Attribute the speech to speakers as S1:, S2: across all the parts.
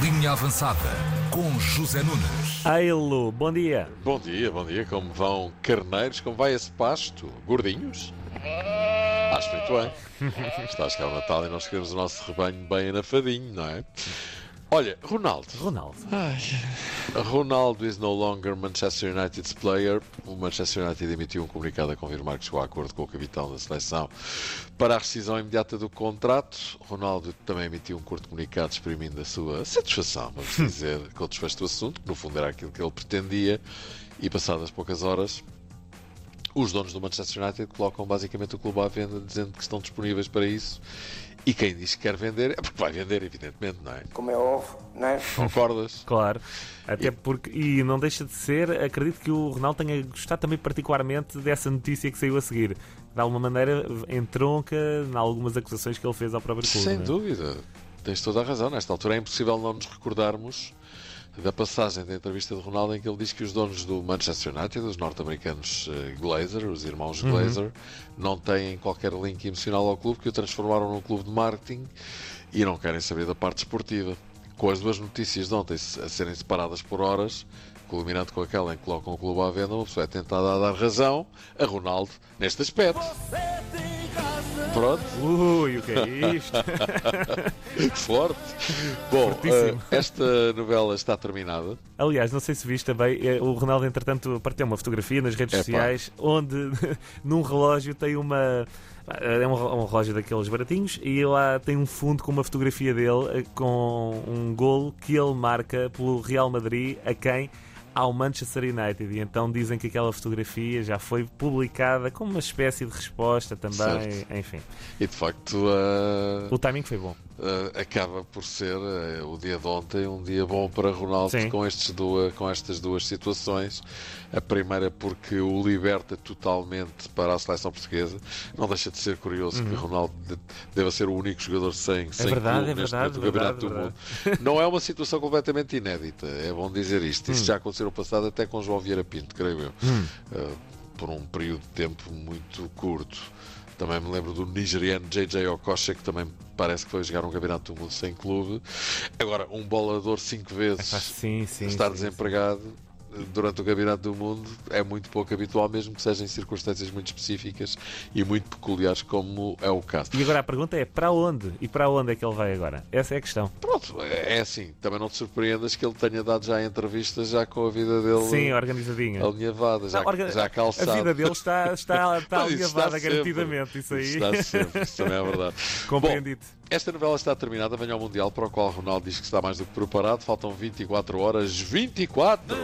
S1: Linha Avançada com José Nunes.
S2: Ailo, bom dia.
S3: Bom dia, bom dia. Como vão carneiros? Como vai esse pasto? Gordinhos? Acho muito bem. Está a chegar o Natal e nós queremos o nosso rebanho bem anafadinho, não é? Olha, Ronaldo.
S2: Ronaldo.
S3: Ronaldo is no longer Manchester United's player. O Manchester United emitiu um comunicado a confirmar que chegou a acordo com o capitão da seleção para a rescisão imediata do contrato. Ronaldo também emitiu um curto comunicado exprimindo a sua satisfação, vamos dizer, com o desfecho do assunto, que no fundo era aquilo que ele pretendia. E passadas poucas horas, os donos do Manchester United colocam basicamente o clube à venda, dizendo que estão disponíveis para isso. E quem diz que quer vender é porque vai vender, evidentemente, não é?
S4: como é óbvio, não é?
S3: Concordas?
S2: Claro. Até porque, e não deixa de ser, acredito que o Ronaldo tenha gostado também particularmente dessa notícia que saiu a seguir. De alguma maneira entronca em algumas acusações que ele fez ao próprio clube.
S3: Sem
S2: não é?
S3: dúvida. Tens toda a razão. Nesta altura é impossível não nos recordarmos da passagem da entrevista de Ronaldo em que ele diz que os donos do Manchester United, os norte-americanos eh, Glazer, os irmãos Glazer, não têm qualquer link emocional ao clube, que o transformaram num clube de marketing e não querem saber da parte esportiva. Com as duas notícias de ontem se- a serem separadas por horas, culminando com aquela em que colocam o clube à venda, uma pessoa é tentada a dar razão a Ronaldo neste aspecto. Pronto.
S2: Ui, o que é isto?
S3: Forte. Bom,
S2: Fortíssimo.
S3: eh, esta novela está terminada.
S2: Aliás, não sei se viste também, eh, o Ronaldo, entretanto, partiu uma fotografia nas redes
S3: Epá.
S2: sociais onde num relógio tem uma. É um re- um relógio daqueles baratinhos e lá tem um fundo com uma fotografia dele eh, com um golo que ele marca pelo Real Madrid a quem? Ao Manchester United. E então dizem que aquela fotografia já foi publicada como uma espécie de resposta também.
S3: Certo.
S2: Enfim,
S3: E de facto eh,
S2: o timing foi bom.
S3: eh, acaba por ser eh, o dia de ontem um dia bom para Ronaldo
S2: Sim.
S3: com, estes dua- com estas duas situações. A primeira porque o liberta totalmente para a seleção portuguesa. Não deixa de ser curioso que Ronaldo de- deva ser o único jogador sem, sem
S2: verdade, Uhum.
S3: clube
S2: é
S3: neste
S2: verdade,
S3: momento do Campeonato
S2: verdade,
S3: do Mundo. Não é uma situação completamente inédita, é bom dizer isto.
S2: Hum.
S3: Isso já aconteceu no passado até com João Vieira Pinto, creio eu. Eh, por um período de tempo muito curto. Também me lembro do nigeriano JJ Okocha, que também parece que foi jogar um campeonato do mundo sem clube. Agora, um bolador cinco vezes
S2: Ah, sim, sim.
S3: estar
S2: sim, sim.
S3: desempregado eh, durante o campeonato do mundo é muito pouco habitual, mesmo que sejam em circunstâncias muito específicas e muito peculiares, como é o caso.
S2: E agora a pergunta é: para onde? E para onde é que ele vai agora? Essa é a questão.
S3: Pronto, é é assim, também não te surpreendas que ele tenha dado já entrevistas já com a vida dele
S2: Sim, organizadinha.
S3: alinhavada, já,
S2: Não, orga-
S3: já calçada.
S2: A vida dele está, está, está
S3: Mas isso
S2: alinhavada
S3: está
S2: garantidamente,
S3: sempre.
S2: isso aí.
S3: Está sempre, isso também é verdade.
S2: Compreendido.
S3: Bom, esta novela está terminada, venha ao Mundial, para o qual Ronaldo diz que está mais do que preparado. Faltam 24 horas. 24!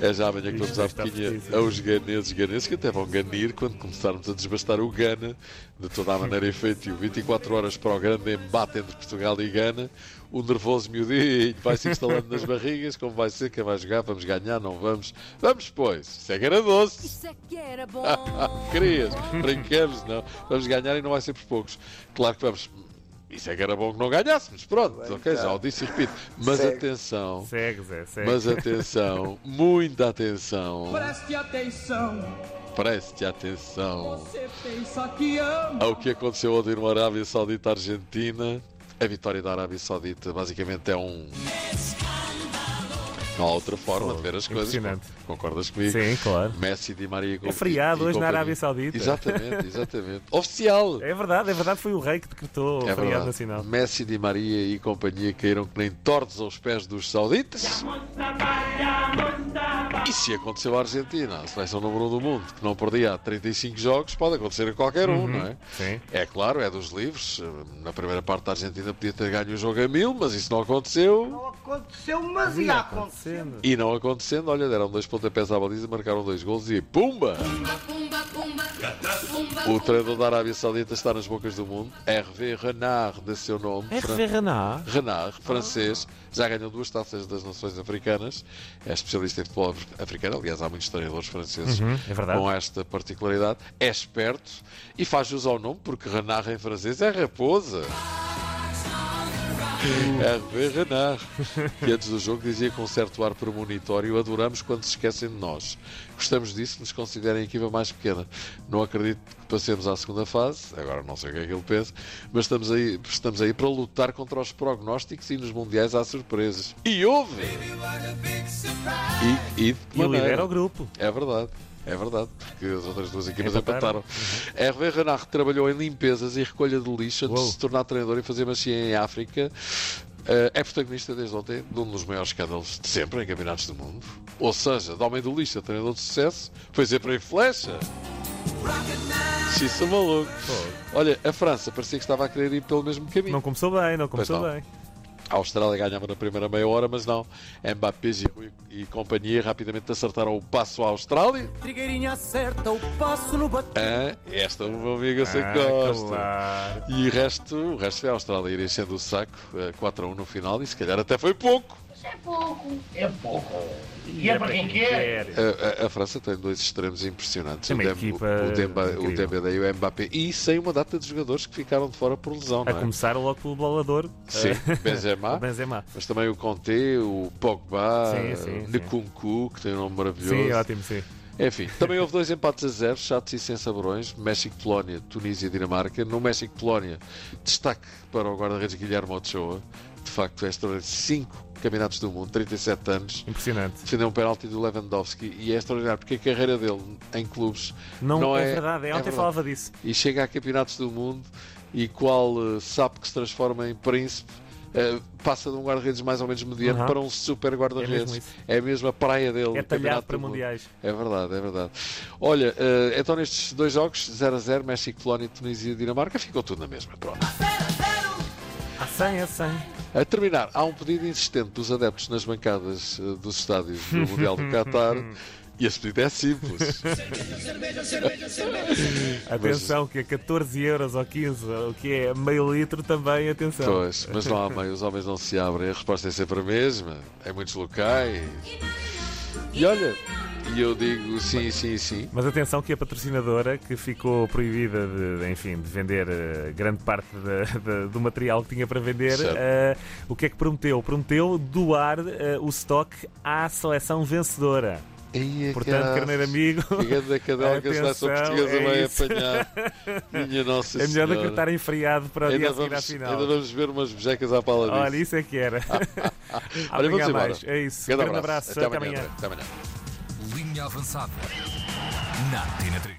S3: É já amanhã que vamos
S2: Isto
S3: à
S2: está
S3: pequinha
S2: fortíssimo.
S3: aos ganeses, ganeses que até vão ganir quando começarmos a desbastar o Gana de toda a maneira efetiva. 24 horas para o grande embate entre Portugal e Gana. O nervoso miudinho vai se instalando nas barrigas. Como vai ser? Quem vai jogar? Vamos ganhar? Não vamos? Vamos, pois. Isso é Gana doce.
S5: Isso é que era bom.
S3: Querias? Brincamos, não. Vamos ganhar e não vai ser por poucos. Claro que vamos. Isso é que era bom que não ganhássemos. Pronto, ok, já o disse e repito. Mas
S4: Segue.
S3: atenção.
S2: Segue, Zé, segue.
S3: Mas é atenção, muita atenção.
S6: Preste atenção,
S3: Preste atenção
S6: você pensa que ama.
S3: ao que aconteceu ontem no Arábia Saudita Argentina. A vitória da Arábia Saudita basicamente é um. Não há outra forma de ver as coisas.
S2: Impressionante.
S3: Concordas comigo?
S2: Sim, claro.
S3: Messi, Di Maria.
S2: É feriado
S3: e-
S2: hoje
S3: e
S2: na
S3: companhia.
S2: Arábia Saudita.
S3: Exatamente, exatamente. Oficial!
S2: É verdade, é verdade, foi o rei que decretou o
S3: É
S2: feriado
S3: verdade.
S2: nacional.
S3: Messi, Di Maria e companhia caíram que nem tortos aos pés dos sauditas. E se aconteceu à Argentina, a seleção número 1 do mundo, que não perdia há 35 jogos, pode acontecer a qualquer um, não é?
S2: Sim.
S3: É claro, é dos livros. Na primeira parte da Argentina podia ter ganho o jogo a mil, mas isso não aconteceu.
S6: Aconteceu, mas e aconteceu.
S2: Acontecendo.
S3: E não acontecendo, olha, deram dois pontapés à baliza, marcaram dois gols e pumba!
S5: Pumba, pumba, pumba.
S3: O treinador da Arábia Saudita está nas bocas do mundo. RV Renard, de seu nome. Fran-
S2: RV Renard.
S3: Renard, francês, já ganhou duas taças das Nações Africanas, é especialista em futebol af- africano, aliás, há muitos treinadores franceses
S2: é verdade.
S3: com esta particularidade, é esperto e faz jus ao nome, porque Renard em francês é raposa. Hervé Renard, que antes do jogo dizia com um certo ar premonitório: Adoramos quando se esquecem de nós. Gostamos disso, nos considerem a equipa mais pequena. Não acredito que passemos à segunda fase, agora não sei o que é que ele pensa, mas estamos aí, estamos aí para lutar contra os prognósticos e nos mundiais há surpresas. E houve! E, e, de
S2: E
S3: que maneira?
S2: lidera o grupo.
S3: É verdade. É verdade, porque as outras duas equipas
S2: Empataram.
S3: empataram. Hervé Renard trabalhou em limpezas e recolha de lixo antes
S2: Uhum. Uou.
S3: de se tornar treinador e fazer magia em África. Eh, é protagonista desde ontem de um dos maiores escândalos de sempre em campeonatos do mundo. Ou seja, de homem do lixo a treinador de sucesso, foi sempre em flecha. Xissa maluco. Olha, a França parecia que estava a querer ir pelo mesmo caminho.
S2: Não começou bem, não começou
S3: não.
S2: bem.
S3: A Austrália ganhava na primeira meia hora, mas não. Mbappé, Giroud e e companhia rapidamente acertaram o passo à Austrália.
S4: Trigueirinha acerta o passo no batão.
S3: Ah, esta é uma amiga sem
S2: Ah,
S3: costa.
S2: claro.
S3: E o resto, o resto é a Austrália ir enchendo o saco, eh, 4 a 1 no final, e se calhar até foi pouco.
S7: E é para quem quer.
S3: A, a- a França tem dois extremos impressionantes:
S2: É
S3: o,
S2: uma
S3: Dem,
S2: equipa
S3: o, Demba, o
S2: incrível.
S3: Dembélé e o Mbappé, e sem uma data de jogadores que ficaram de fora por lesão,
S2: A
S3: não é?
S2: começar logo pelo bolador.
S3: Sim,
S2: Ah,
S3: Ah.
S2: O
S3: Benzema.
S2: Benzema.
S3: Mas também o Conte, o Pogba,
S2: Sim, sim,
S3: o
S2: sim.
S3: Nkunku, que tem um nome maravilhoso.
S2: Sim, ótimo, sim.
S3: Enfim, também houve dois empates a zero, chatos e sem saborões, México-Polónia, Tunísia e Dinamarca. No México-Polónia, destaque para o guarda-redes Guilherme Ochoa, de facto é história de 5 campeonatos do mundo, 37 anos.
S2: Impressionante.
S3: Defendeu um penalti do Lewandowski e é extraordinário porque a carreira dele em clubes
S2: Não,
S3: não
S2: é,
S3: é.
S2: verdade, é ontem
S3: verdade.
S2: falava disso.
S3: E chega a campeonatos do mundo e qual eh, sapo que se transforma em príncipe eh, passa de um guarda-redes mais ou menos mediano
S2: Uhum.
S3: para um super
S2: É mesmo
S3: guarda-redes.
S2: isso.
S3: É, mesmo a praia dele.
S2: É
S3: no campeonato
S2: talhado
S3: do
S2: para
S3: mundo.
S2: mundiais.
S3: É verdade, é verdade. Olha, eh, então nestes dois jogos, 0 a 0, México, Polónia, Tunísia e Dinamarca, ficou tudo na mesma. Pronto.
S2: A 100, a 100.
S3: A terminar, há um pedido insistente dos adeptos nas bancadas eh, dos estádios do Mundial do Qatar. E esse pedido é simples.
S2: Atenção, que a 14 euros ou 15, o que é meio litro também, atenção.
S3: pois, mas não há meio, os homens não se abrem. A resposta é sempre a mesma, em muitos locais. E olha, e eu digo sim, sim, sim.
S2: Mas atenção que a patrocinadora, que ficou proibida de, enfim, de vender eh, grande parte da- da- do material que tinha para vender,
S3: Certo.
S2: eh, o que é que prometeu? Prometeu doar eh, o stock à seleção vencedora.
S3: Ei,
S2: Portanto,
S3: caraças.
S2: carneiro amigo,
S3: Fica da cadela que a seleção
S2: Atenção,
S3: portuguesa
S2: é
S3: vai
S2: isso.
S3: apanhar. Minha nossa
S2: é melhor do que
S3: Senhora.
S2: estar em feriado para o dia
S3: Ainda
S2: a seguir à
S3: vamos, ainda
S2: final.
S3: vamos ver umas bejecas à pala disso.
S2: Olha, isso é que era.
S3: Olha, vamos
S2: Amanhã
S3: embora.
S2: mais. É isso.
S3: Grande
S2: Grande abraço.
S3: Até
S2: Até
S3: amanhã.
S2: amanhã.
S3: André. Até amanhã.
S1: Linha avançada. Na Tina 3.